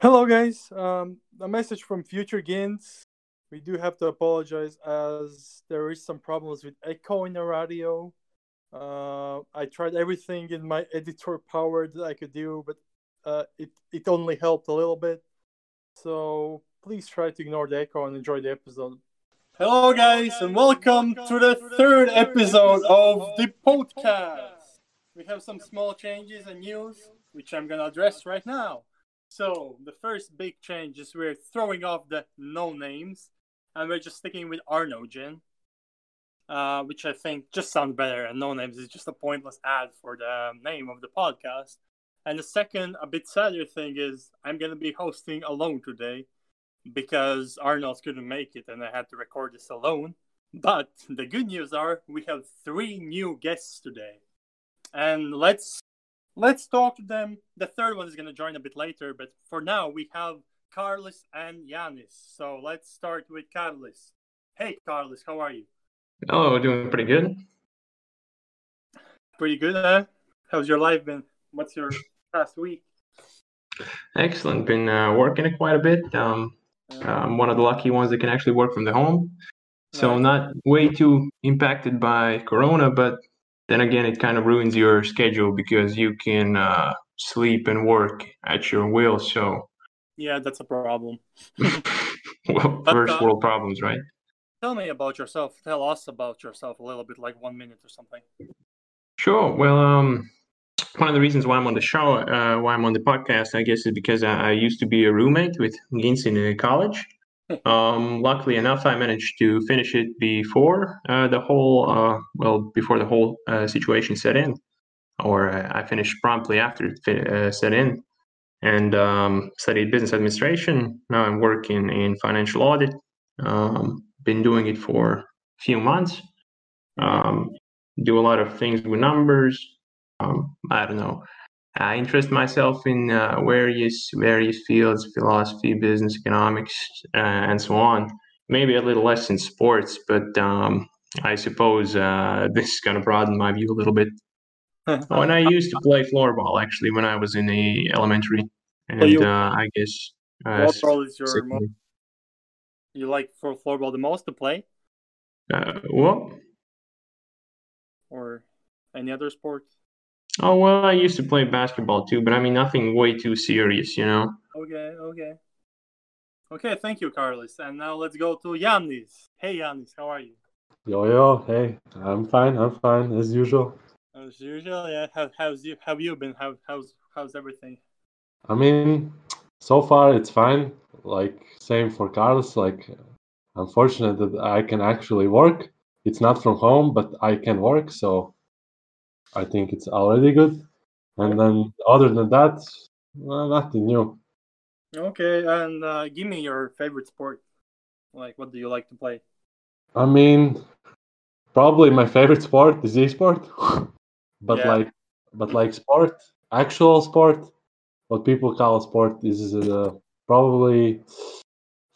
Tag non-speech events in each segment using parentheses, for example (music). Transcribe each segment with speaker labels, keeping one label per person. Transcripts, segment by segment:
Speaker 1: Hello, guys. Um, a message from Future Gains. We do have to apologize as there is some problems with echo in the radio. Uh, I tried everything in my editor power that I could do, but uh, it it only helped a little bit. So please try to ignore the echo and enjoy the episode. Hello, guys, and welcome to the third episode of the podcast. We have some small changes and news, which I'm gonna address right now. So the first big change is we're throwing off the no names, and we're just sticking with Arnogen, uh, which I think just sounds better. And no names is just a pointless ad for the um, name of the podcast. And the second, a bit sadder thing is I'm gonna be hosting alone today because Arnold couldn't make it, and I had to record this alone. But the good news are we have three new guests today, and let's let's talk to them. The third one is going to join a bit later, but for now we have Carlos and Yanis. So let's start with Carlos. Hey, Carlos, how are you?
Speaker 2: Oh, we're doing pretty good.
Speaker 1: Pretty good, huh? How's your life been? What's your past week?
Speaker 2: Excellent. Been uh, working it quite a bit. Um,
Speaker 1: Uh,
Speaker 2: I'm one of the lucky ones that can actually work from the home, so
Speaker 1: Nice.
Speaker 2: not way too impacted by Corona. But then again, it kind of ruins your schedule because you can uh, sleep and work at your will. So, (laughs)
Speaker 1: Yeah, that's a problem.
Speaker 2: well,
Speaker 1: But,
Speaker 2: first
Speaker 1: uh,
Speaker 2: world problems, right?
Speaker 1: Tell me about yourself. Tell us about yourself a little bit, like one minute or something. (laughs)
Speaker 2: Sure. Well, um, one of the reasons why I'm on the show, uh, why I'm on the podcast, I guess, is because I, I used to be a roommate with Gins in uh, college. Um, luckily enough, I managed to finish it before uh, the whole, uh, well, before the whole uh, situation set in, or uh, I finished promptly after it fi- uh, set in, and um, studied business administration. Now I'm working in financial audit. Um, been doing it for a few months. Um, do a lot of things with numbers. Um, I don't know. I interest myself in uh, various various fields, philosophy, business, economics, uh, and so on. Maybe a little less in sports, but um, I suppose uh, (laughs) this is going to broaden my view a little bit. Oh, and I used to play floorball actually when I was in the elementary,
Speaker 3: Oh,
Speaker 2: and
Speaker 1: you-
Speaker 2: uh, I guess uh, s-
Speaker 1: Floorball is your mo-
Speaker 2: secondary.
Speaker 1: you like for floorball the most to play,
Speaker 2: uh, well,
Speaker 1: or any other sport?
Speaker 2: oh well, I used to play basketball too, but I mean nothing way too serious, you know.
Speaker 1: Okay, okay, okay. Thank you, Carlos. And now let's go to Yannis. Hey, Yannis, how are you?
Speaker 4: Yo yo, hey, I'm fine, I'm fine as usual.
Speaker 1: As usual, yeah. How, how's you? Have you been? How, how's how's everything?
Speaker 4: I mean, so far it's fine. Like same for Carlos. Like I'm fortunate that I can actually work. It's not from home, but I can work, so I think it's already good. And then other than that, well, nothing new.
Speaker 1: Okay, and uh, give me your favorite sport. Like, what do you like to play?
Speaker 4: I mean, probably my favorite sport is e-sport, (laughs) but
Speaker 1: Yeah.
Speaker 4: like, but like sport, actual sport, what people call sport is uh, probably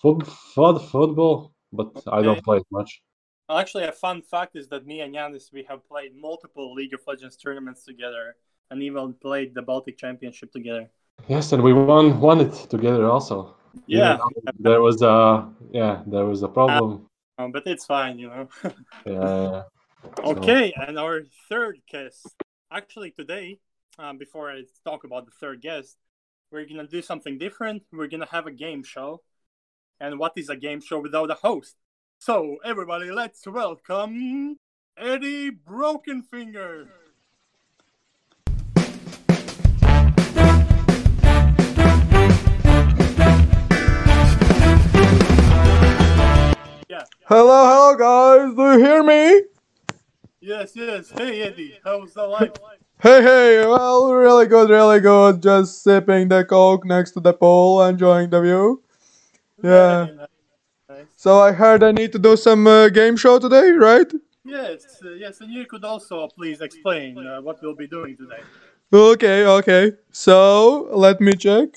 Speaker 4: foot, foot, football, but I
Speaker 1: Okay.
Speaker 4: don't play it much.
Speaker 1: Well, Actually, a fun fact is that me and Yanis we have played multiple League of Legends tournaments together, and even played the Baltic Championship together.
Speaker 4: Yes, and we won won it together also. even
Speaker 1: Yeah,
Speaker 4: though there was a yeah, there was a problem.
Speaker 1: um, but it's fine, you know.
Speaker 4: Yeah, So-
Speaker 1: Okay, and our third guest. Actually, today, um, before I talk about the third guest, we're gonna do something different. We're gonna have a game show. And what is a game show without a host? So, everybody, let's welcome Eddie Brokenfinger. Yeah.
Speaker 3: Hello, hello, guys. Do you hear me?
Speaker 1: Yes, yes. Hey, Eddie, how's
Speaker 3: (laughs)
Speaker 1: the life?
Speaker 3: Hey, hey. Well, really good, really good. Just sipping the coke next to the pool, enjoying the view. Yeah.
Speaker 1: Nice.
Speaker 3: So I heard I need to do some uh, game show today, right?
Speaker 1: Yes, uh, yes, and you could also please explain uh, what we'll be doing today.
Speaker 3: Okay, okay. So let me check.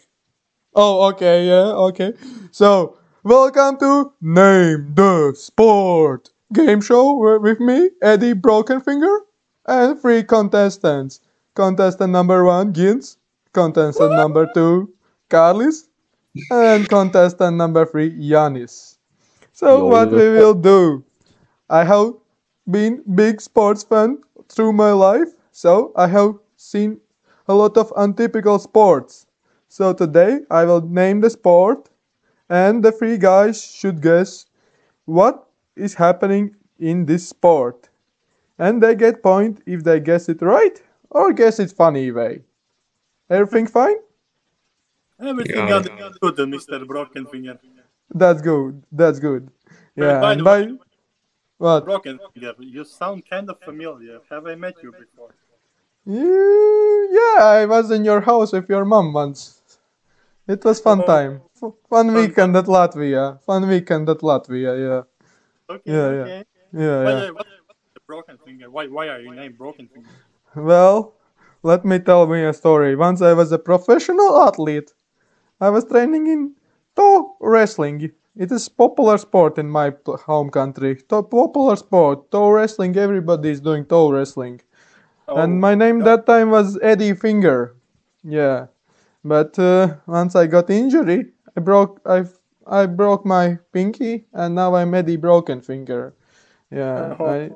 Speaker 3: Oh, okay, yeah, okay. So welcome to Name the Sport game show wi- with me, Eddie Brokenfinger, and three contestants. Contestant number one, Gins. Contestant number two, Carlis. and contestant number three, Yanis. So
Speaker 4: Yo,
Speaker 3: what
Speaker 4: yo.
Speaker 3: we will do? I have been big sports fan through my life, so I have seen a lot of untypical sports. So today I will name the sport, and the three guys should guess what is happening in this sport, and they get point if they guess it right or guess it funny way. Everything fine?
Speaker 1: Everything
Speaker 2: Yeah.
Speaker 1: under good, Mr. Brockenfinger.
Speaker 3: That's good. That's good. Yeah.
Speaker 1: by
Speaker 3: and
Speaker 1: the
Speaker 3: by
Speaker 1: way-
Speaker 3: what?
Speaker 1: Brockenfinger, you sound kind of familiar. Have I met you before?
Speaker 3: You, yeah, I was in your house with your mom once. It was fun
Speaker 1: Oh.
Speaker 3: time. F- fun weekend at Latvia. Fun weekend at Latvia.
Speaker 1: Okay,
Speaker 3: Yeah, yeah.
Speaker 1: okay.
Speaker 3: Yeah. Yeah.
Speaker 1: By the
Speaker 3: yeah.
Speaker 1: way, what, what's the Brockenfinger? Why, why are you named Brockenfinger?
Speaker 3: Well, let me tell me a story. Once I was a professional athlete. I was training in toe wrestling. It is popular sport in my p- home country. To- popular sport, toe wrestling. Everybody is doing toe wrestling.
Speaker 1: Oh,
Speaker 3: and my name that time was Eddie Finger. Yeah, but uh, once I got injury, I broke I f- I broke my pinky, and now I'm Eddie Broken Finger. Yeah,
Speaker 1: Oh.
Speaker 3: I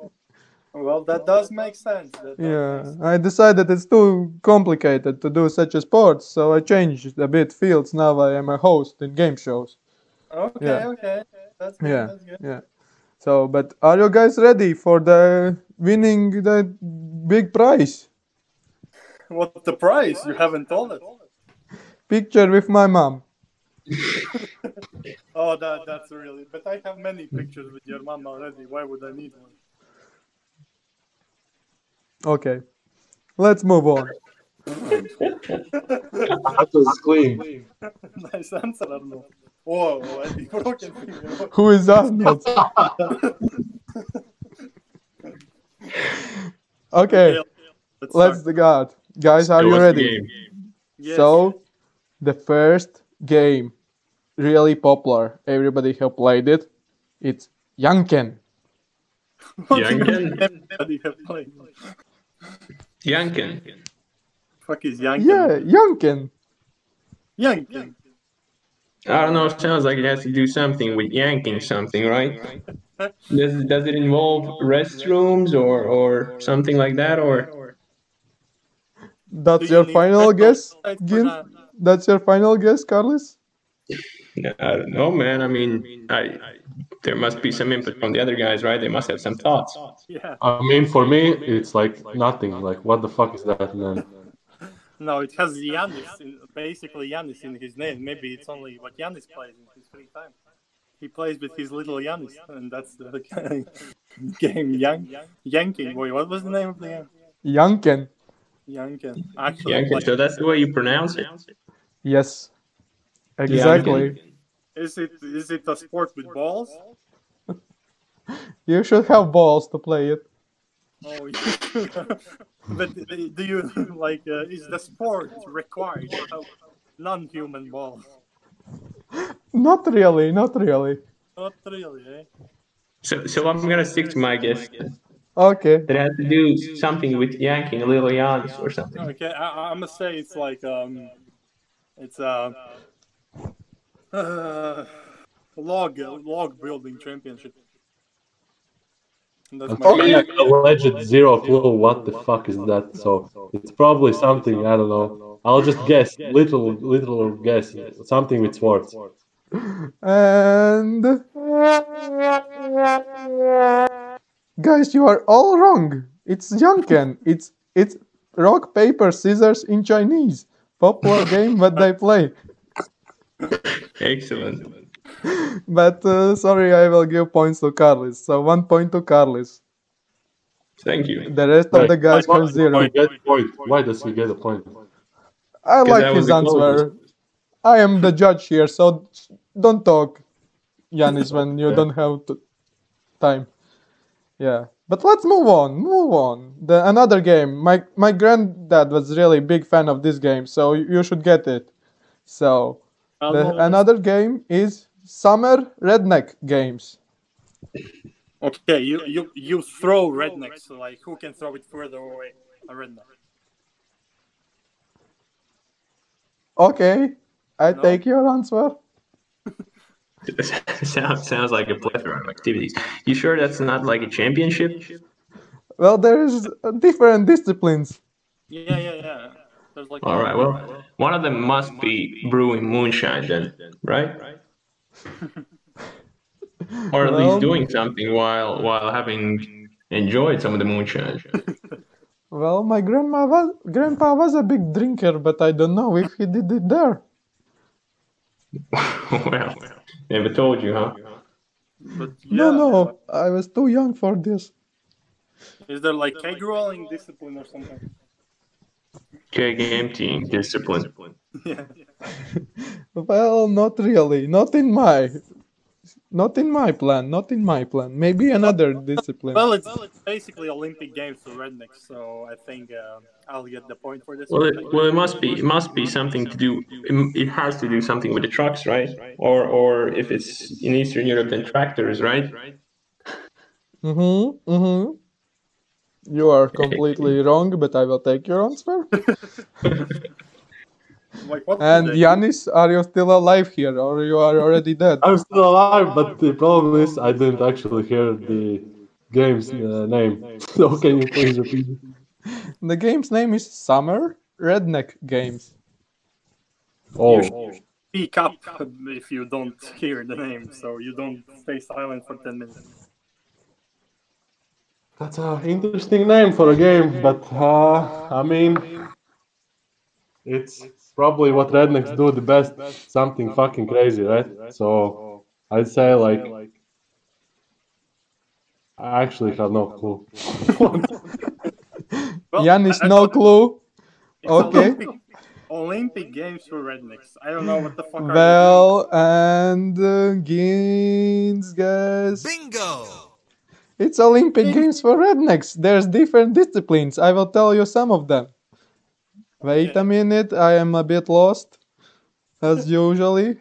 Speaker 1: Well, that does make sense. That does make
Speaker 3: yeah
Speaker 1: sense.
Speaker 3: I decided it's too complicated to do such a sport, so I changed a bit fields. Now I am a host in game shows.
Speaker 1: Okay,
Speaker 3: Yeah.
Speaker 1: okay. That's good.
Speaker 3: Yeah,
Speaker 1: That's good.
Speaker 3: yeah. So, but are you guys ready for the winning the big prize?
Speaker 1: What's the price? You haven't told it.
Speaker 3: Picture with my mom.
Speaker 1: Oh, that that's really. But I have many pictures with your mom already. Why would I need one?
Speaker 3: Okay, let's move on.
Speaker 4: That was clean.
Speaker 1: (laughs) nice answer, Arnold. Whoa, whoa, Eddie Brockenfinger.
Speaker 3: Who is Arnold? okay,
Speaker 1: Let's
Speaker 3: let's
Speaker 1: start.
Speaker 3: the guard. Guys, are
Speaker 2: So
Speaker 3: you
Speaker 2: what's the
Speaker 3: ready?
Speaker 2: game?
Speaker 1: Yes.
Speaker 3: So, the first game, really popular. Everybody have played it. It's Yanken.
Speaker 1: What in
Speaker 2: Yankin?
Speaker 1: the name that you have played?
Speaker 2: Yankin.
Speaker 1: Fuck is Yankin?
Speaker 3: Yeah, Yanken.
Speaker 1: Yankin.
Speaker 2: I don't know. It sounds like it has to do something with yanking something, right? Does does it involve restrooms or or something like that, or
Speaker 1: Do
Speaker 3: That's
Speaker 1: you
Speaker 3: your
Speaker 1: need
Speaker 3: final
Speaker 1: special
Speaker 3: guess,
Speaker 1: sites for
Speaker 3: Gin?
Speaker 1: that?
Speaker 3: That's your final guess, Carlos?
Speaker 2: I don't know, man. I mean, I there must be some input from the other guys, right? They must have some thoughts.
Speaker 1: Yeah.
Speaker 4: I mean, for me, it's like nothing. Like, what the fuck is that, man?
Speaker 1: No, it has Yanis, in, basically Yanis in his name. Maybe it's only what Yanis plays in his free time. He plays with his little Yanis, and that's the (laughs) game. Yank, Yanking. Wait, what was the name of the game?
Speaker 3: Yanken.
Speaker 1: Yankin. Actually,
Speaker 2: Yankin.
Speaker 1: like,
Speaker 2: So that's the way you pronounce it.
Speaker 3: Yes, exactly.
Speaker 1: is it is it a sport with balls?
Speaker 3: You should have balls to play it.
Speaker 1: Oh, yeah. (laughs) but do you like? Uh, is the sport required to have non-human balls?
Speaker 3: Not really, not really.
Speaker 1: Not really. Eh?
Speaker 2: So so I'm gonna stick to my guess.
Speaker 3: Okay.
Speaker 2: It has to do something with yanking, little Yannis or something.
Speaker 1: Okay, I, I'm gonna say it's like um, it's uh, (sighs) uh log log building championship. And That's my
Speaker 4: Okay,
Speaker 3: Okay.
Speaker 4: like alleged zero clue what the fuck is that. So it's probably something I don't know. I'll just guess, little, little guess, something with swords.
Speaker 3: And guys, you are all wrong. It's Janken. It's it's rock paper scissors in Chinese popular game that they play.
Speaker 2: Excellent.
Speaker 3: But uh, sorry, I will give points to Carlos. So one point to Carlos.
Speaker 2: Thank you.
Speaker 3: The rest of
Speaker 4: Right.
Speaker 3: the guys
Speaker 4: Why
Speaker 3: have
Speaker 4: does he
Speaker 3: zero.
Speaker 4: get a point? Why does he get a point?
Speaker 3: I
Speaker 2: Because I
Speaker 3: like
Speaker 2: was
Speaker 3: his
Speaker 2: the
Speaker 3: answer.
Speaker 2: closest.
Speaker 3: I am the judge here, so don't talk, Yanis, when you don't have t- time. Yeah, but let's move on. Move on. The another game. My my granddad was really big fan of this game, so you you should get it. So the, another game is Summer Redneck Games.
Speaker 1: Okay, you you you throw rednecks. So like, who can throw it further away? A redneck.
Speaker 3: Okay, I
Speaker 1: No.
Speaker 3: take your answer.
Speaker 2: (laughs) sounds sounds like a plethora of activities. You sure that's not like a championship?
Speaker 3: Well, there is uh, different disciplines.
Speaker 1: Yeah, yeah, yeah. There's like
Speaker 2: All right. Well, one of them must be brewing moonshine then, right? Or at
Speaker 3: Well-
Speaker 2: least doing something while while having enjoyed some of the moonshine. (laughs)
Speaker 3: Well, my grandma was grandpa was a big drinker, but I don't know if he did it there.
Speaker 2: well, never told you, huh?
Speaker 1: but
Speaker 3: No,
Speaker 1: yeah,
Speaker 3: no, I was too young for this.
Speaker 1: Is there like keg rolling discipline or something? (laughs)
Speaker 2: Keg emptying discipline.
Speaker 1: Yeah.
Speaker 3: Well, not really. Not in my, not in my plan. Not in my plan. Maybe
Speaker 1: (laughs)
Speaker 3: another discipline.
Speaker 1: Well, it's basically Olympic Games for rednecks, so I think uh, I'll get the point for this.
Speaker 2: Well,
Speaker 1: one.
Speaker 2: it, well, it must be it must be something to do. It, it has to do something with the trucks, right? Or or if it's in Eastern Europe, then tractors, right?
Speaker 3: Mm-hmm. Mm-hmm. You are
Speaker 1: (laughs)
Speaker 3: completely wrong, but I will take your answer.
Speaker 1: Like, what
Speaker 3: And
Speaker 1: did they-
Speaker 3: Yanis, are you still alive here, or you are already
Speaker 1: (laughs)
Speaker 3: dead?
Speaker 4: I'm still alive, but the problem is I didn't actually hear the game's uh, name. (laughs) So can you please repeat? it?
Speaker 3: The game's name is Summer Redneck Games.
Speaker 4: Oh,
Speaker 1: speak up if you don't hear the name, so you don't stay silent for 10 minutes.
Speaker 4: that's an interesting name for a game, but uh, I mean, it's probably what rednecks do the best. Something fucking crazy, right? So I'd say like. I actually have no clue.
Speaker 1: Well,
Speaker 3: Yanis,
Speaker 1: I- I
Speaker 3: no
Speaker 1: thought
Speaker 3: clue.
Speaker 1: it's
Speaker 3: Okay.
Speaker 1: Olympic, Olympic Games for rednecks. I don't know what the fuck. are they doing.
Speaker 3: Well, and uh, Games, guys.
Speaker 5: Bingo!
Speaker 3: It's Olympic Games for rednecks. There's different disciplines. I will tell you some of them. Wait a
Speaker 1: Okay.
Speaker 3: minute, I am a bit lost, as (laughs) usually.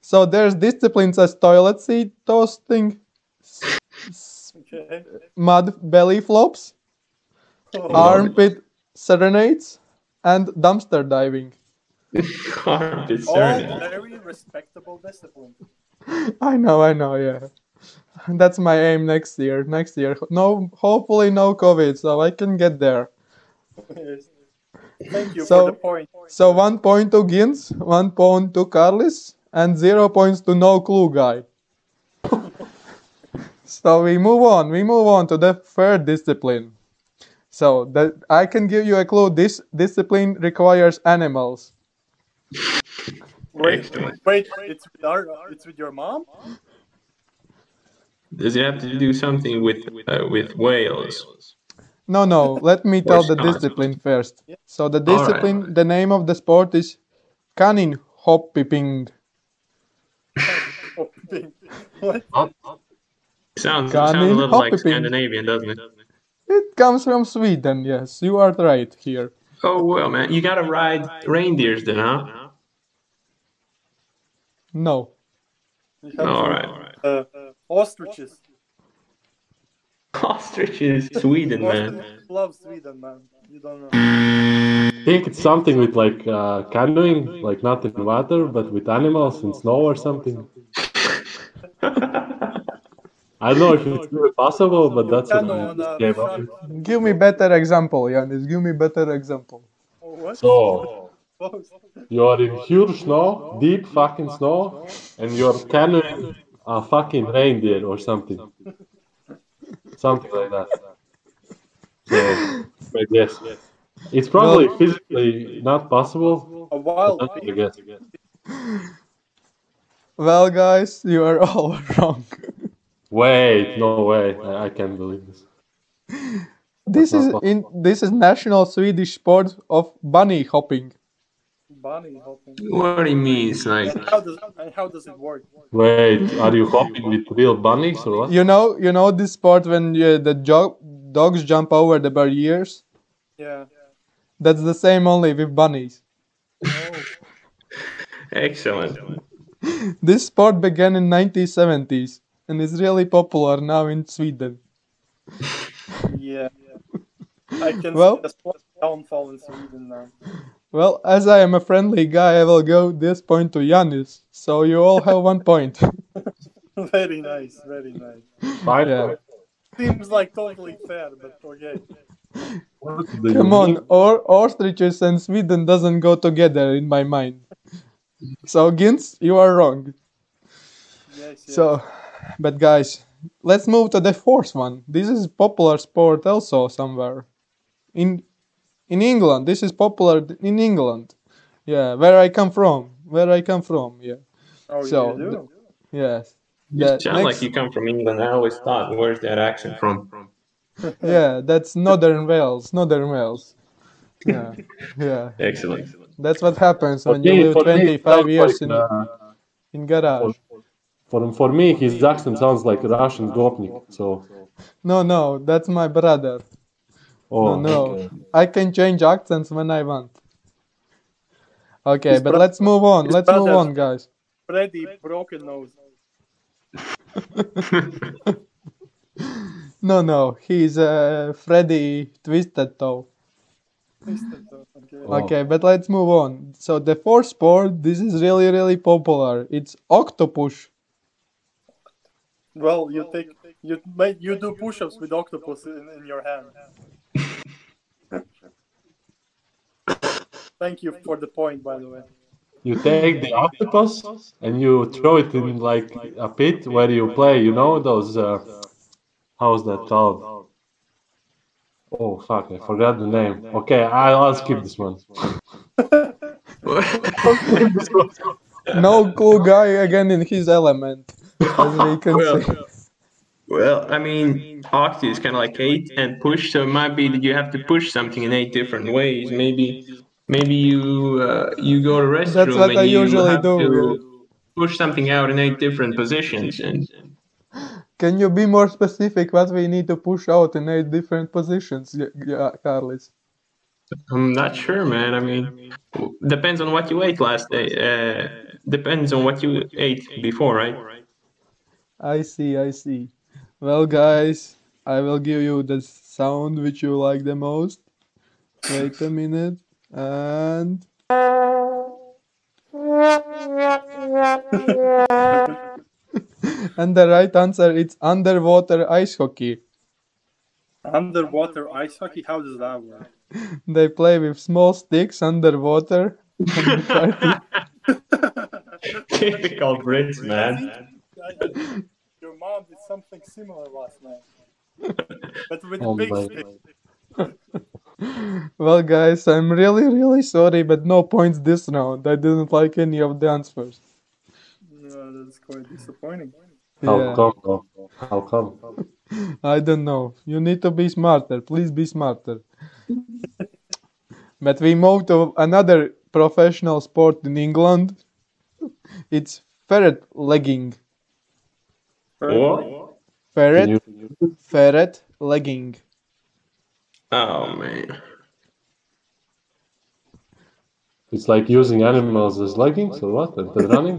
Speaker 3: So there's disciplines as toilet seat toasting, s- s-
Speaker 1: Okay.
Speaker 3: mud belly flops,
Speaker 1: Oh,
Speaker 3: armpit serenades, and dumpster diving.
Speaker 2: (laughs) Armed with
Speaker 1: all
Speaker 2: serenade.
Speaker 1: very respectable discipline. (laughs)
Speaker 3: (laughs) I know, I know, yeah. That's my aim next year. Next year, no, hopefully no COVID, so I can get there.
Speaker 1: Yes. Thank you
Speaker 3: So-
Speaker 1: for the point.
Speaker 3: So one point to Gins, one point to Carlis, and zero points to no clue guy. (laughs) so we move on. We move on to the third discipline. So that I can give you a clue. This discipline requires animals.
Speaker 1: Wait,
Speaker 2: Excellent.
Speaker 1: wait, it's with our, it's with your mom? (laughs)
Speaker 2: Does it have to do something with uh, with whales?
Speaker 3: No,
Speaker 2: (laughs)
Speaker 3: no. Let me tell the
Speaker 2: course not.
Speaker 3: discipline first. So the
Speaker 2: All right,
Speaker 3: discipline,
Speaker 2: all right.
Speaker 3: the name of the sport is canine hop pipping.
Speaker 1: Oh, (laughs) what?
Speaker 2: Sounds
Speaker 3: Canine
Speaker 2: sounds a little like
Speaker 3: hopping.
Speaker 2: Scandinavian, doesn't it?
Speaker 3: It comes from Sweden. Yes, you are right here.
Speaker 2: Oh well, man, you gotta ride reindeers then, huh?
Speaker 3: No.
Speaker 2: All right, all right.
Speaker 1: Uh, ostriches.
Speaker 2: Ostriches, Sweden, man.
Speaker 1: Ostriches love Sweden, man. You don't know.
Speaker 4: I think it's something with like uh, canoeing, like not in water, but with animals in snow or something. (laughs) I don't know if it's really possible, but that's what
Speaker 1: Canoe
Speaker 4: I
Speaker 1: on a
Speaker 4: just gave up
Speaker 1: truck.
Speaker 4: with.
Speaker 3: Give me better example, Yanis. Give me better example.
Speaker 1: Oh, what?
Speaker 4: So
Speaker 1: Boat.
Speaker 4: you are in huge snow, deep fucking snow, and you're canoeing a fucking reindeer or something, something like that. So, but yes, it's probably physically not possible.
Speaker 1: A
Speaker 4: but
Speaker 1: wild
Speaker 4: that's what I
Speaker 1: pig.
Speaker 4: guess.
Speaker 3: Well, guys, you are (laughs) all wrong.
Speaker 4: Wait, no way! I, I can't believe this.
Speaker 3: This
Speaker 4: That's
Speaker 3: is
Speaker 4: not
Speaker 3: in this is national Swedish sport of bunny hopping.
Speaker 1: Bunny hopping.
Speaker 2: What do you mean? It's like
Speaker 1: And how does and how does it work?
Speaker 4: Wait, are you hopping with real bunnies or what?
Speaker 3: You know, you know this sport when uh, the jo- dogs jump over the barriers.
Speaker 1: Yeah.
Speaker 3: That's the same only with bunnies.
Speaker 1: Oh,
Speaker 2: excellent.
Speaker 3: This sport began in 1970s and is really popular now in Sweden.
Speaker 1: Yeah. I can
Speaker 3: Well-
Speaker 1: see the sport downfall in Sweden now. (laughs)
Speaker 3: Well, as I am a friendly guy, I will go this point to Yanis. So you all have one point. (laughs)
Speaker 1: very nice, very nice.
Speaker 4: Five
Speaker 3: Yeah.
Speaker 4: points.
Speaker 1: Seems like totally fair, but okay.
Speaker 4: What do you
Speaker 3: Come
Speaker 4: mean?
Speaker 3: on, or ostriches and Sweden doesn't go together in my mind. So Gins, you are wrong.
Speaker 1: Yes, yes.
Speaker 3: So, but guys, let's move to the fourth one. This is popular sport also somewhere in in England. This is popular in England. Yeah, where I come from. Where I come from. Yeah.
Speaker 1: oh,
Speaker 3: so
Speaker 1: you do.
Speaker 3: the- Yes.
Speaker 2: You
Speaker 3: The
Speaker 2: sound
Speaker 3: next-
Speaker 2: like you come from England. I always thought, where's that accent from?
Speaker 3: yeah, that's Northern Wales. Northern Wales.
Speaker 4: (laughs)
Speaker 3: Yeah. yeah.
Speaker 2: Excellent.
Speaker 3: That's what happens
Speaker 4: For
Speaker 3: when
Speaker 4: me-
Speaker 3: you live
Speaker 4: for me, it
Speaker 3: 25
Speaker 4: sounds
Speaker 3: years
Speaker 4: like,
Speaker 3: in,
Speaker 4: uh,
Speaker 3: in garage.
Speaker 4: for, for me, his accent sounds like Russian Gopnik. So,
Speaker 3: No, no, that's my brother.
Speaker 4: oh,
Speaker 3: no, no.
Speaker 4: okay.
Speaker 3: I can change accents when I want. Okay,
Speaker 1: His
Speaker 3: but
Speaker 1: bro-
Speaker 3: let's move on.
Speaker 1: his
Speaker 3: Let's move
Speaker 1: brother.
Speaker 3: on, guys.
Speaker 1: Freddy broken nose.
Speaker 3: No, no, he's uh, Freddy Twisted Toe.
Speaker 1: Twisted though, okay.
Speaker 4: Oh.
Speaker 3: Okay, but let's move on. So the fourth sport, this is really, really popular. It's octopus.
Speaker 1: Well, you take you make you do push-ups with octopus in, in your
Speaker 4: (laughs)
Speaker 1: hand. Thank you for the point, by the way.
Speaker 4: You take the octopus and you throw it in like a pit where you play. You know those. Uh, how's that called? Oh fuck! I forgot the name. Okay, I'll, I'll skip this one.
Speaker 3: No cool guy again in his
Speaker 2: (laughs)
Speaker 3: element, as we can see.
Speaker 2: well, well, I mean, octi is kind of like eight and push, so it might be that you have to push something in eight different ways. Maybe, maybe you uh, you go to restroom
Speaker 3: That's what
Speaker 2: and
Speaker 3: I
Speaker 2: you
Speaker 3: usually
Speaker 2: have
Speaker 3: do,
Speaker 2: to push something out in eight different positions, and
Speaker 3: Can you be more specific what we need to push out in eight different positions, Y- uh, yeah, Carlos?
Speaker 2: I'm not sure, man. I mean, w- depends on what you ate last day. Uh, depends on what you ate before, right?
Speaker 3: I see, I see. Well, guys, I will give you the sound which you like the most. Wait a minute. And (laughs) and the right answer it's underwater ice hockey.
Speaker 1: Underwater ice hockey, how does that work?
Speaker 3: They play with small sticks underwater. and try to-
Speaker 2: (laughs) Typical Brits, man.
Speaker 1: I- I think Your mom did something similar last night, but with
Speaker 4: Oh
Speaker 1: a big
Speaker 4: my
Speaker 1: stick.
Speaker 3: well, guys, I'm really, really sorry, but no points this round. I didn't like any of the answers.
Speaker 1: Yeah, that's quite disappointing.
Speaker 4: How
Speaker 3: Yeah,
Speaker 4: come? bro? How come?
Speaker 3: I don't know. You need to be smarter. Please be smarter. but we move to another professional sport in England. It's ferret legging.
Speaker 2: What?
Speaker 4: Can you?
Speaker 3: Ferret, ferret legging.
Speaker 2: Oh man.
Speaker 4: It's like using animals as leggings or what? After running?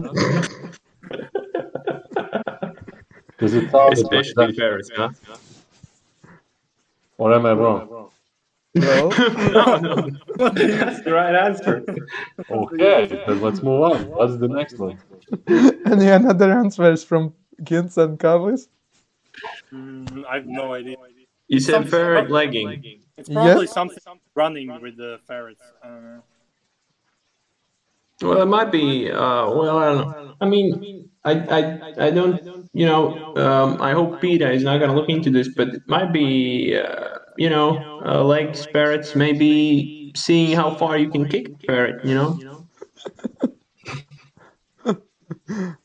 Speaker 4: Does it sound like
Speaker 2: (laughs) Especially
Speaker 4: that?
Speaker 2: ferrets, huh?
Speaker 4: Or am I wrong?
Speaker 2: (laughs)
Speaker 3: Well,
Speaker 2: (laughs) no, no, no. That's
Speaker 1: Mm,
Speaker 2: the right answer.
Speaker 4: Okay, then let's move on. What's the next one?
Speaker 3: any other answers from Gins and Carlos?
Speaker 1: Mm, I have no idea.
Speaker 2: You said
Speaker 1: Something-
Speaker 2: ferret legging.
Speaker 1: It's
Speaker 3: Yeah.
Speaker 1: probably something running with the ferrets. Uh,
Speaker 2: Well, it might be. Uh, well, I don't know. I mean, I, I, I don't. You know, um, I hope Peter is not gonna look into this, but it might be. Uh, you know, uh, legs, ferrets, maybe seeing how far you can kick a ferret. You know.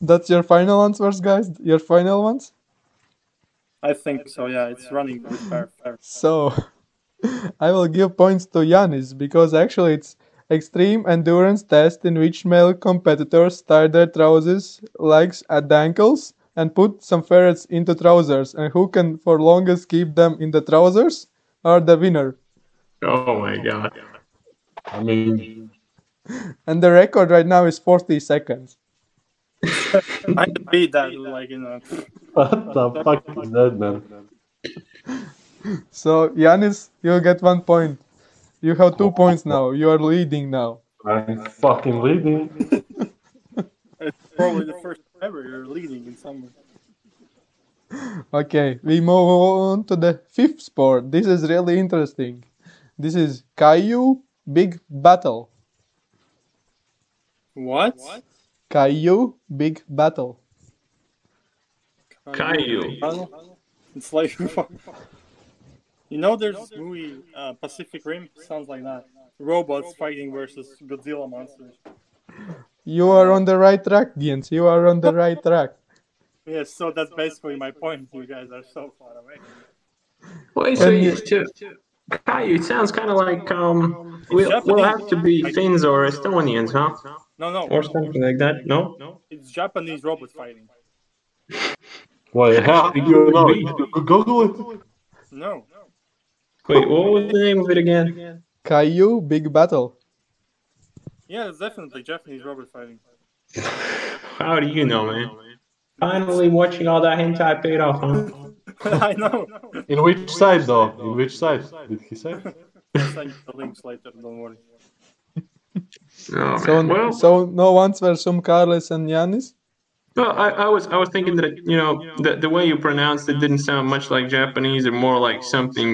Speaker 3: That's your final answers, guys? Your final ones?
Speaker 1: I think so. Yeah, it's running with fer- ferrets.
Speaker 3: So, (laughs) I will give points to Yanis because actually it's extreme endurance test in which male competitors tie their trousers legs at the ankles and put some ferrets into trousers and who can for longest keep them in the trousers are the winner.
Speaker 2: Oh my God.
Speaker 4: I mean, (laughs)
Speaker 3: And the record right now is 40 seconds.
Speaker 1: I could beat that, like you know.
Speaker 4: what the fuck is that, man?
Speaker 3: So Yanis, you get one point. You have two points now. You are leading now.
Speaker 4: I'm fucking leading.
Speaker 1: Probably the first ever you're leading in summer.
Speaker 3: Okay, we move on to the fifth sport. This is really interesting. This is Caillou Big Battle.
Speaker 1: What?
Speaker 3: Caillou Big Battle.
Speaker 2: Caillou.
Speaker 1: It's like (laughs) you know, there's this movie uh, Pacific Rim sounds like that. Robots fighting versus Godzilla monsters.
Speaker 3: You are on the right track, Jens. You are on the right track.
Speaker 1: Yes, so that's basically my point. You guys are so far away.
Speaker 2: Wait, so
Speaker 3: And-
Speaker 2: it's too. Caillou, it sounds kind of like um, we'll, we'll have to be Finns or Estonians, huh?
Speaker 1: No, no,
Speaker 2: Or something like that. No,
Speaker 1: it's Japanese robot fighting.
Speaker 4: Well, how do you know?
Speaker 2: Actually,
Speaker 4: it? Google it.
Speaker 1: No,
Speaker 2: wait, what was the name of it again?
Speaker 3: Caillou Big Battle.
Speaker 1: yeah, it's definitely Japanese robot fighting. (laughs)
Speaker 2: How do you know, man? Finally, watching all that hentai paid off, huh?
Speaker 1: I know.
Speaker 4: In which side though? In which side? Did he say?
Speaker 1: I'll send you the links later. Don't worry.
Speaker 2: Oh,
Speaker 3: So,
Speaker 2: man. Well,
Speaker 3: so no answer from Carlos and Yanis.
Speaker 2: well I, I was I was thinking that you know the, the way you pronounced it didn't sound much like Japanese or more like something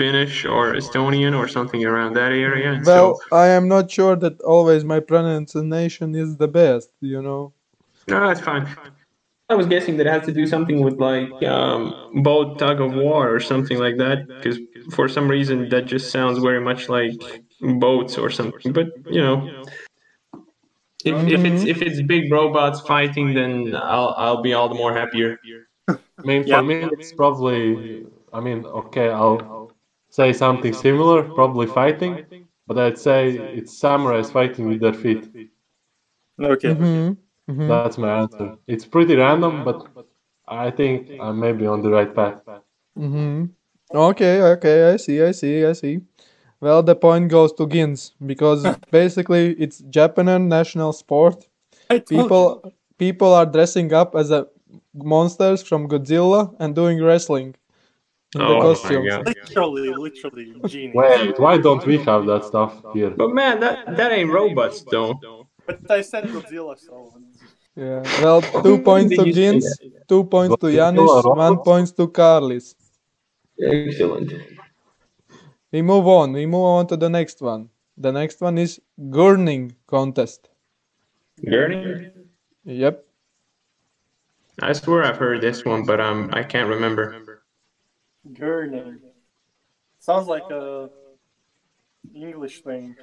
Speaker 2: Finnish or Estonian or something around that area. and so-
Speaker 3: Well, I am not sure that always my pronunciation is the best. You know.
Speaker 2: No, that's fine. I was guessing that it has to do something with like um, boat tug of war or something like that, because for some reason that just sounds very much like boats or something. But you know, if, if it's
Speaker 3: Mm-hmm.
Speaker 2: if it's big robots fighting, then I'll I'll be all the more happier.
Speaker 4: I mean,
Speaker 1: Yeah.
Speaker 4: for me, it's probably. I mean, okay, I'll say something similar, probably fighting, but I'd say it's samurais fighting with their feet.
Speaker 1: Okay.
Speaker 3: Mhm, mhm.
Speaker 4: That's my answer. It's pretty random, but I think I may be on the right path.
Speaker 3: Mm-hmm. Okay, okay, I see, I see, I see. Well, the point goes to Gins because basically it's Japanese national sport.
Speaker 1: I told you.
Speaker 3: People people are dressing up as a monsters from Godzilla and doing wrestling. in
Speaker 2: Oh,
Speaker 3: the costumes.
Speaker 1: Literally, literally, genius.
Speaker 4: Wait, why don't we have that stuff here?
Speaker 2: But man, that that ain't robots though.
Speaker 1: But I said Godzilla, so
Speaker 3: Yeah. Well,
Speaker 2: (laughs)
Speaker 3: two points to
Speaker 2: Did you say
Speaker 3: Gins, two points to
Speaker 4: Godzilla
Speaker 3: Yanis, one
Speaker 4: robots?
Speaker 3: point to Carlis.
Speaker 2: Excellent.
Speaker 3: We move on. We move on to the next one. The next one is gurning contest.
Speaker 2: Gurney?
Speaker 3: Yep.
Speaker 2: I swear I've heard this one, but um, I can't remember.
Speaker 1: Gurney. uh, Sounds like a English thing. (laughs)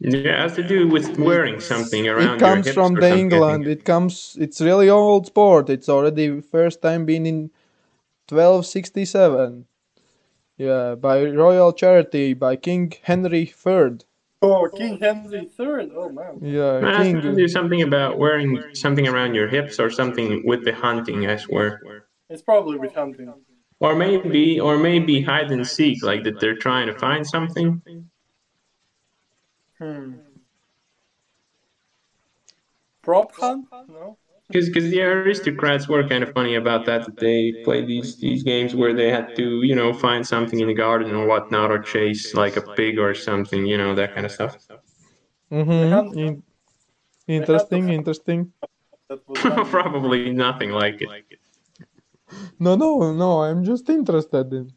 Speaker 2: Yeah, it has to do with wearing something around
Speaker 3: it
Speaker 2: your
Speaker 3: comes
Speaker 2: hips
Speaker 3: from
Speaker 2: or
Speaker 3: the
Speaker 2: something, I
Speaker 3: England.
Speaker 2: think.
Speaker 3: It comes. It's really old sport. It's already first time been in 1267. Yeah, by royal charity by King Henry III.
Speaker 1: Oh, King Henry III. Oh man.
Speaker 3: Yeah,
Speaker 2: No, it has to
Speaker 3: King.
Speaker 2: do something about wearing something around your hips or something with the hunting, I swear.
Speaker 1: It's probably with hunting.
Speaker 2: Or maybe, or maybe hide and seek, like that they're trying to find something.
Speaker 1: Hmm. Prop hunt? No.
Speaker 2: Because the aristocrats were kind of funny about that, that they played these, these games where they had to, you know, find something in the garden or whatnot, or chase like a pig or something, you know, that kind of stuff.
Speaker 3: Mhm. In- interesting, interesting.
Speaker 1: That (laughs) was hunting.
Speaker 2: (laughs) Probably nothing like it.
Speaker 3: No, no, no. I'm just interested in.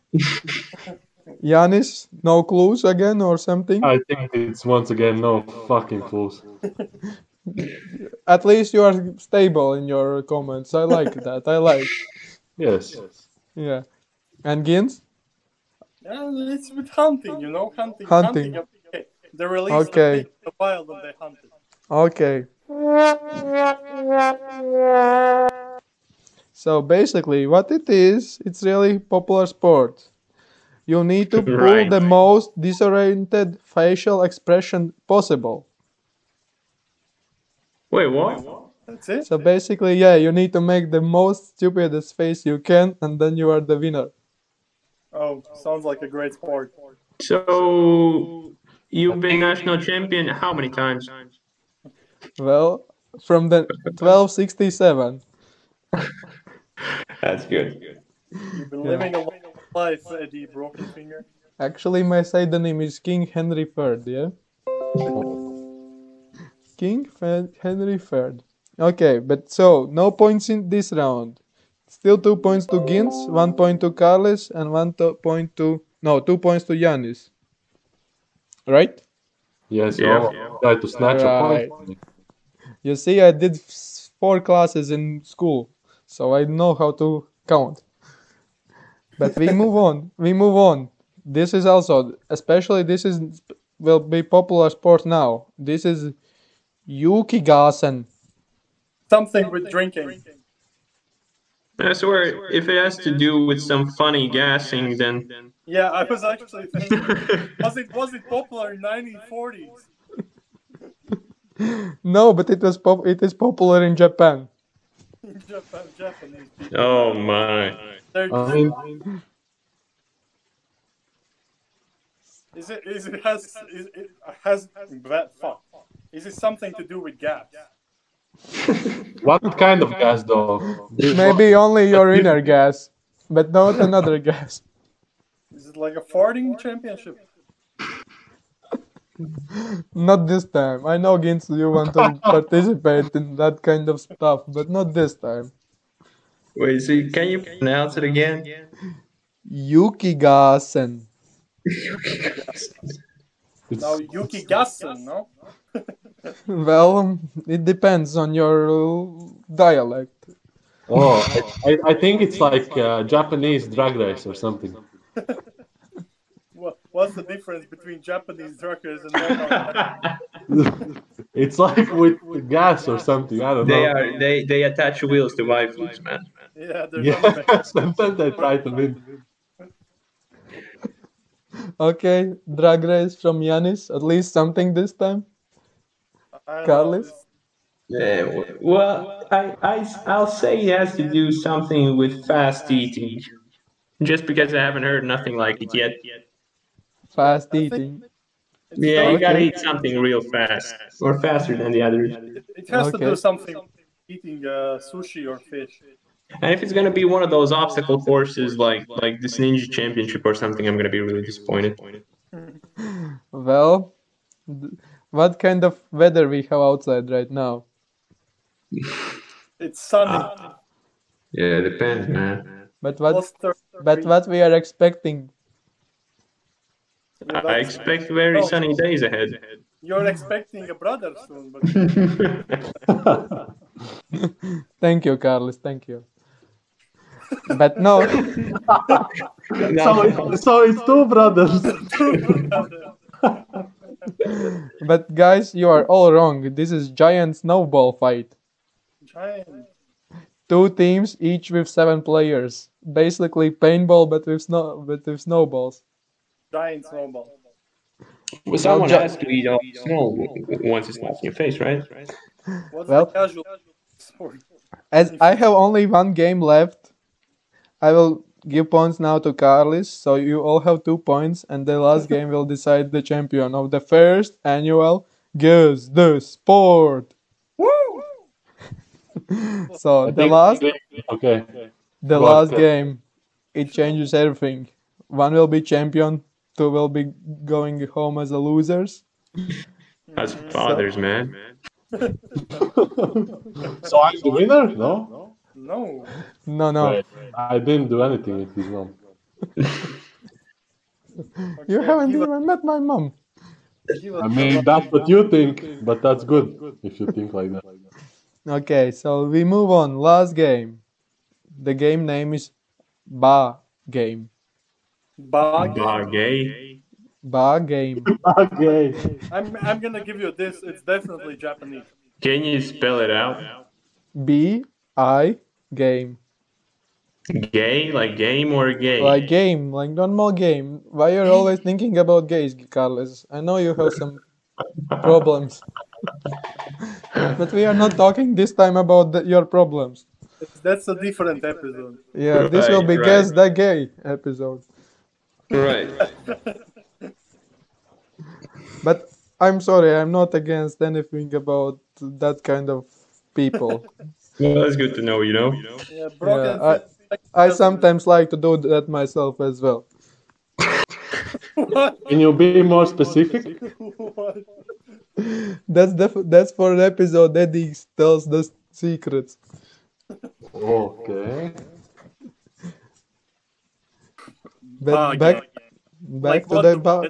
Speaker 3: Yanis, no clues again or something.
Speaker 2: Uh,
Speaker 4: I think it's once again no fucking clues.
Speaker 3: At least you are stable in your comments. I like that. I like.
Speaker 4: Yes.
Speaker 3: Yeah. And Gins.
Speaker 1: Yeah, it's with hunting, you know, hunting.
Speaker 3: Hunting.
Speaker 1: okay. They released
Speaker 3: Okay.
Speaker 1: the, pig in the wild and they hunted.
Speaker 3: Okay. So basically, what it is, it's really popular sport. You need to pull
Speaker 2: Right.
Speaker 3: the most disoriented facial expression possible.
Speaker 2: Wait, what?
Speaker 1: That's it.
Speaker 3: So basically, yeah, you need to make the most stupidest face you can, and then you are the winner.
Speaker 1: Oh, sounds like a great sport.
Speaker 2: So you've been national champion how many times?
Speaker 3: Well, from the 1267.
Speaker 2: That's good.
Speaker 1: You've been
Speaker 3: Yeah.
Speaker 1: living a long life, Eddie, broken finger.
Speaker 3: Actually, my side name is King Henry III, yeah? King Fe- Henry III. Okay, but so, no points in this round. Still two points to Gins, one point to Carles, and one to- point to. No, two points to Yanis. Right?
Speaker 4: Yes, you
Speaker 2: Yeah.
Speaker 4: all try to snatch a point.
Speaker 3: You see, I did s- four classes in school, so I know how to count. But we move on. We move on. This is also, especially this is will be popular sport now. This is Yukigassen.
Speaker 1: Something with drinking.
Speaker 2: I swear, if it has to do with some funny gassing, then
Speaker 1: Yeah, I was actually thinking. Was it was it popular in 1940s?
Speaker 3: No, but it was pop- it is popular in Japan.
Speaker 1: In Japan, Japanese people.
Speaker 2: (laughs) oh my.
Speaker 1: They're
Speaker 4: I
Speaker 1: just,
Speaker 4: mean,
Speaker 1: is it is it has is it has that fuck? Is it something to do with gas?
Speaker 4: what kind of gas though? This
Speaker 3: Maybe only your inner gas, but not another gas.
Speaker 1: Is it like a farting championship?
Speaker 3: Not this time. I know, Gins, you want to participate in that kind of stuff, but not this time.
Speaker 2: Wait, so can you pronounce it again?
Speaker 3: Yukigassen.
Speaker 4: It's,
Speaker 1: No, Yuki Gassen, no?
Speaker 3: Well, it depends on your uh, dialect.
Speaker 4: oh, I, I- I think it's like uh, Japanese drag race or something.
Speaker 1: What, what's the difference between Japanese truckers and
Speaker 4: (laughs)
Speaker 1: normal?
Speaker 4: It's like with gas or something. I don't
Speaker 2: They
Speaker 4: know.
Speaker 2: are they they attach wheels to wife loops, man.
Speaker 1: yeah, they're not
Speaker 4: (laughs) (laughs) Yeah, sometimes I try to win.
Speaker 3: Okay, drag race from Yanis. At least something this time.
Speaker 1: I don't know,
Speaker 3: Carlos?
Speaker 1: this-
Speaker 2: Yeah, w- well, I, I, I'll say it has to do something with fast eating, just because I haven't heard nothing like it yet.
Speaker 3: Fast eating.
Speaker 1: it's
Speaker 2: Yeah,
Speaker 1: not-
Speaker 2: you gotta eat something real fast, or faster than the others.
Speaker 1: It, it has to
Speaker 3: Okay.
Speaker 1: do something eating uh, sushi or fish.
Speaker 2: And if it's gonna be one of those obstacle courses, like like this Ninja Championship or something, I'm gonna be really disappointed.
Speaker 3: Well, d- what kind of weather we have outside right now?
Speaker 1: It's sunny.
Speaker 2: Yeah, it depends, man.
Speaker 3: Ah, But what?
Speaker 1: plus 30
Speaker 3: But what we are expecting?
Speaker 1: Yeah,
Speaker 2: I
Speaker 1: that's-
Speaker 2: expect very sunny days ahead.
Speaker 1: You're expecting a brother soon,
Speaker 3: (laughs)
Speaker 1: but
Speaker 3: Thank you, Carlos. Thank you. But no,
Speaker 4: So, it- so it's two brothers.
Speaker 3: but guys, you are all wrong. This is giant snowball fight.
Speaker 1: giant.
Speaker 3: two teams each with seven players basically paintball but with snow but with snowballs
Speaker 1: Giant snowball.
Speaker 2: Well, someone has to eat all the snow w- w- once it's not in your face, right?
Speaker 1: What's
Speaker 3: Well-
Speaker 1: the casual sport?
Speaker 3: as i have only one game left i will give points now to carlis so you all have two points and the last game will decide the champion of the first annual guess the sport
Speaker 1: Woo!
Speaker 3: (laughs) so the last
Speaker 4: Okay.
Speaker 3: the
Speaker 4: Well,
Speaker 3: last
Speaker 4: uh,
Speaker 3: game it changes everything one will be champion two will be going home as the losers
Speaker 2: As
Speaker 1: Hmm.
Speaker 2: fathers, man.
Speaker 4: So I'm the winner? No?
Speaker 1: No.
Speaker 3: no no
Speaker 4: Wait, I didn't do anything with this one.
Speaker 3: you
Speaker 1: Okay,
Speaker 3: haven't
Speaker 1: give us-
Speaker 3: even met my mom
Speaker 1: give us
Speaker 4: I
Speaker 1: the
Speaker 4: mean,
Speaker 1: last-
Speaker 4: that's what you think, but that's good if you think like that.
Speaker 3: Okay, so we move on. Last game. The game name is Ba Game.
Speaker 1: Bug.
Speaker 2: Ah, gay.
Speaker 3: Ba Game.
Speaker 4: Okay.
Speaker 1: I'm, I'm gonna give you this. It's definitely Japanese.
Speaker 2: Can you spell it out?
Speaker 3: B I Game.
Speaker 2: Gay, like game or gay?
Speaker 3: Like game, like normal game. Why you're always thinking about gays, Carlos? I know you have some problems. (laughs) but we are not talking this time about the, your problems.
Speaker 1: It's, that's a different episode. (laughs)
Speaker 3: Yeah, this will be
Speaker 2: Right,
Speaker 3: Guess
Speaker 2: right.
Speaker 3: the Gay episode.
Speaker 2: Right.
Speaker 3: But I'm sorry, I'm not against anything about that kind of people.
Speaker 2: Well, that's good to know, you know?
Speaker 1: Yeah, broken. (laughs)
Speaker 3: I- I sometimes like to do that myself as well.
Speaker 6: What?
Speaker 4: Can you be more specific?
Speaker 6: what?
Speaker 3: That's def- that's for an episode. Eddie tells the secrets.
Speaker 4: Okay.
Speaker 3: But
Speaker 4: Oh,
Speaker 6: Ah,
Speaker 3: back
Speaker 6: yeah, yeah.
Speaker 3: back
Speaker 6: Like,
Speaker 3: to
Speaker 6: what
Speaker 3: the bar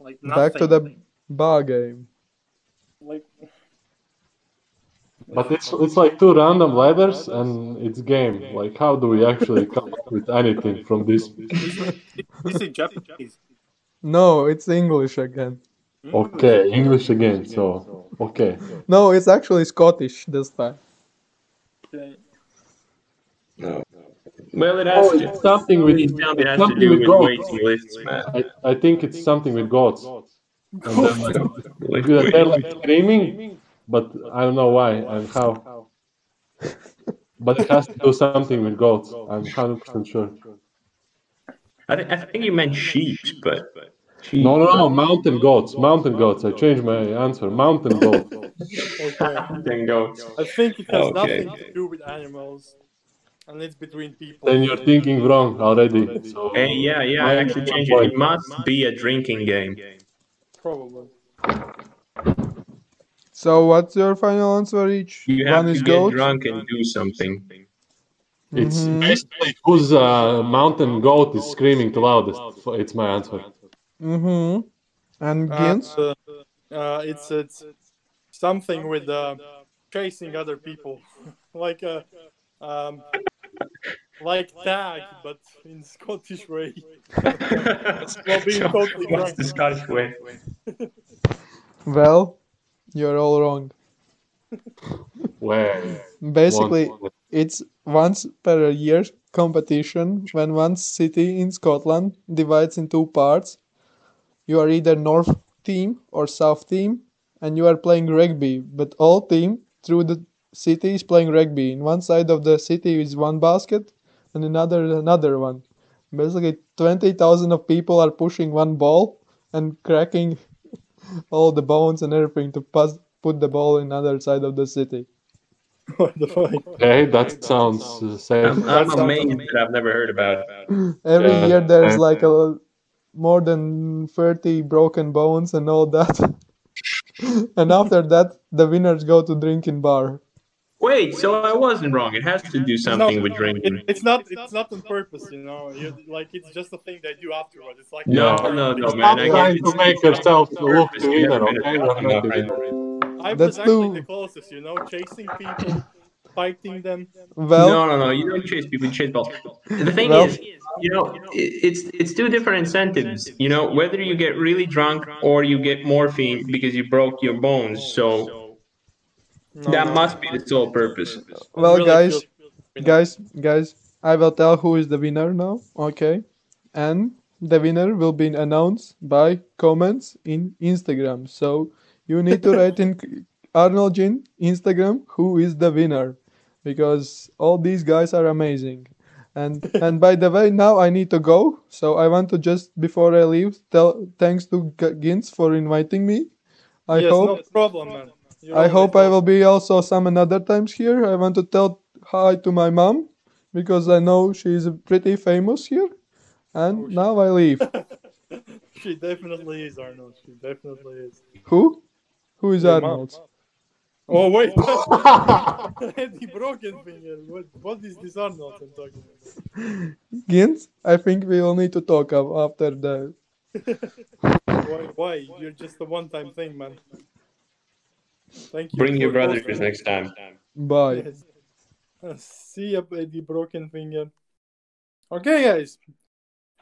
Speaker 6: Like
Speaker 3: back to the
Speaker 6: nothing.
Speaker 3: bar game.
Speaker 6: Like,
Speaker 1: (laughs)
Speaker 4: But it's it's like two random letters and it's game. Like how do we actually come up with anything from this?
Speaker 6: this is Japanese.
Speaker 3: No, it's English again.
Speaker 1: Hmm.
Speaker 4: Okay, English again. So okay.
Speaker 3: No, it's actually Scottish this time.
Speaker 6: Okay.
Speaker 2: Well, it has
Speaker 4: Oh, it's something with
Speaker 2: it sound- it has to
Speaker 4: something
Speaker 2: do
Speaker 4: with
Speaker 2: with
Speaker 4: goats.
Speaker 2: weights and lifts, man.
Speaker 4: I, I think it's something with goats.
Speaker 2: Like,
Speaker 4: They're like screaming, but I don't know why and how. But it has to do something with goats. I'm hundred percent sure.
Speaker 2: I, thi- I think you meant sheep, but
Speaker 4: No, no, no, mountain goats, mountain goats. I changed my answer. Mountain goats.
Speaker 1: Okay.
Speaker 2: then goats.
Speaker 1: I think it has
Speaker 2: Okay.
Speaker 1: nothing to do with animals, and it's between people.
Speaker 4: Then you're thinking wrong already. So
Speaker 2: Hey, Eh, yeah, yeah, I actually changed it. It must be a drinking game.
Speaker 1: Probably.
Speaker 3: So what's your final answer each?
Speaker 2: You have
Speaker 3: One
Speaker 2: to
Speaker 3: is
Speaker 2: get
Speaker 3: goat.
Speaker 2: drunk and do
Speaker 4: (laughs)
Speaker 2: something.
Speaker 4: it's
Speaker 1: Mm-hmm.
Speaker 3: Mhm.
Speaker 4: basically whose uh, mountain goat is screaming the loudest. It's my answer.
Speaker 3: Mm-hmm. And Gins?
Speaker 1: Uh, uh, it's it's something with uh, chasing other people, (laughs) like uh, um, like tag, but in (laughs) Scottish way. Well, being
Speaker 2: So,
Speaker 1: totally
Speaker 2: What's
Speaker 1: drunk.
Speaker 2: the Scottish way?
Speaker 3: Well, you're all wrong.
Speaker 4: Where?
Speaker 3: Basically, it's once per year competition when one city in Scotland divides in two parts. You are either north team or south team, and you are playing rugby. But all team through the city is playing rugby. In one side of the city is one basket, and another another one. Basically, twenty thousand of people are pushing one ball and cracking (laughs) all the bones and everything to pass, put the ball in other side of the city.
Speaker 1: what the fuck?
Speaker 4: Okay, that sounds uh, safe.
Speaker 2: I'm, I'm amazed that I've never heard about it.
Speaker 3: Every
Speaker 4: Yeah.
Speaker 3: year there's
Speaker 4: Yeah.
Speaker 3: like a more than 30 broken bones and all that. (laughs) and after that, the winners go to drinking bar.
Speaker 2: Wait, so I wasn't wrong. It has to do something with drinking.
Speaker 1: It, it's not. It's not on purpose, you know. You, like it's just a thing they do afterwards. It's like
Speaker 2: No,
Speaker 4: Yeah.
Speaker 2: no, no,
Speaker 4: Stop
Speaker 2: man. I get
Speaker 4: trying
Speaker 2: it.
Speaker 4: to make yourself look the
Speaker 2: You
Speaker 4: winner,
Speaker 2: haven't been
Speaker 4: okay? You're not the
Speaker 2: enough,
Speaker 4: winner.
Speaker 1: I was
Speaker 3: That's
Speaker 1: actually
Speaker 3: too-
Speaker 1: the closest, you know, chasing people, fighting them.
Speaker 3: Well,
Speaker 2: no, no, no. You don't chase people. You chase balls. The thing
Speaker 3: Well-
Speaker 2: is, you know, i- it's it's two different incentives. You know, whether you get really drunk or you get morphine because you broke your bones. So
Speaker 1: No,
Speaker 2: that
Speaker 1: no.
Speaker 2: must be the sole purpose.
Speaker 3: well,
Speaker 1: Really
Speaker 3: guys,
Speaker 1: feels- you know.
Speaker 3: guys, guys, I will tell who is the winner now, okay? And the winner will be announced by comments in Instagram. So you need to write in (laughs) Arnold in Instagram who is the winner because all these guys are amazing.
Speaker 1: (laughs)
Speaker 3: And and by the way, now I need to go. So I want to just before I leave, tell thanks to G- Gins for inviting me. I
Speaker 1: yes,
Speaker 3: hope
Speaker 1: no problem, man. You're
Speaker 3: I
Speaker 1: always
Speaker 3: hope I will be also some another times here. I want to tell hi to my mom because I know she's pretty famous here. And
Speaker 1: Oh, shit.
Speaker 3: now I
Speaker 1: (laughs)
Speaker 3: leave.
Speaker 1: welcome. She definitely is, Arnold. She definitely is.
Speaker 3: Who? Who is
Speaker 1: Your mom.
Speaker 3: Arnold?
Speaker 1: Oh wait, the broken finger. What, what is this Arnold I'm talking about?
Speaker 3: Gins? I think we will need to talk ab- after the.
Speaker 1: Why? Why? You're just a one-time thing, man. Thank you.
Speaker 2: Bring your
Speaker 1: for
Speaker 2: brothers
Speaker 1: hosting.
Speaker 2: next time.
Speaker 3: Bye.
Speaker 1: Yes. (laughs) Uh, See you, the broken finger. Okay, guys.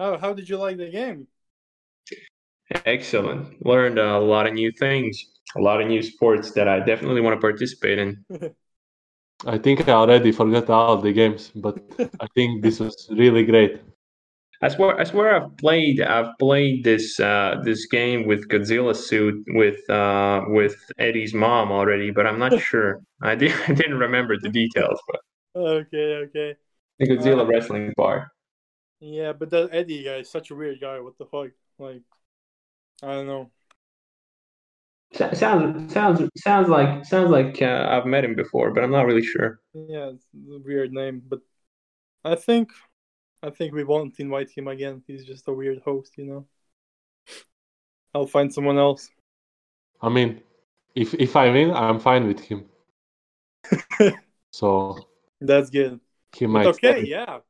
Speaker 1: How how did you like the game?
Speaker 2: Excellent. Learned a lot of new things, a lot of new sports that I definitely want to participate in.
Speaker 4: I think I already forgot all the games, but I
Speaker 1: (laughs)
Speaker 4: think this was really great.
Speaker 2: I swear, I swear, I've played, I've played this uh, this game with Godzilla suit with uh, with Eddie's mom already, but I'm (laughs) not sure. I, did, I didn't remember the details, but
Speaker 1: Okay, okay.
Speaker 2: the Godzilla
Speaker 1: Uh,
Speaker 2: wrestling part.
Speaker 1: Yeah, but that Eddie guy is such a weird guy. What the fuck? Like, I don't know.
Speaker 2: Sa- Sounds sounds sounds like sounds like uh, I've met him before, but I'm not really sure.
Speaker 1: Yeah, it's a weird name, but I think, I think we won't invite him again. He's just a weird host, you know. I'll find someone else.
Speaker 4: I mean, if if I win, I'm fine
Speaker 1: (laughs)
Speaker 4: with him. so
Speaker 1: That's good.
Speaker 4: he
Speaker 1: But
Speaker 4: might.
Speaker 1: okay, yeah.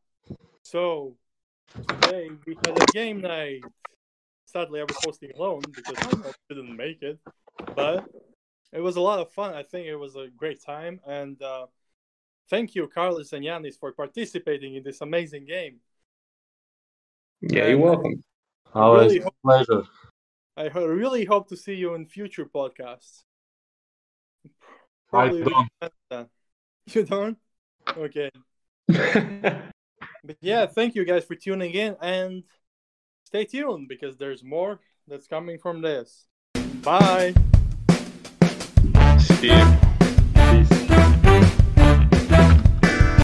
Speaker 1: So today we had a game night. Sadly, I was hosting alone because I didn't make it, but it was a lot of fun. I think it was a great time, and uh, thank you, Carlos and Yanis, for participating in this amazing game.
Speaker 2: Yeah, you're welcome.
Speaker 4: Always
Speaker 1: really
Speaker 4: a pleasure.
Speaker 1: I ho- really hope to see you in future podcasts.
Speaker 4: I
Speaker 1: Probably (laughs)
Speaker 4: don't.
Speaker 1: you don't. Okay. But yeah, thank you guys for tuning in and stay tuned because there's more that's coming from this. Bye.
Speaker 2: See you.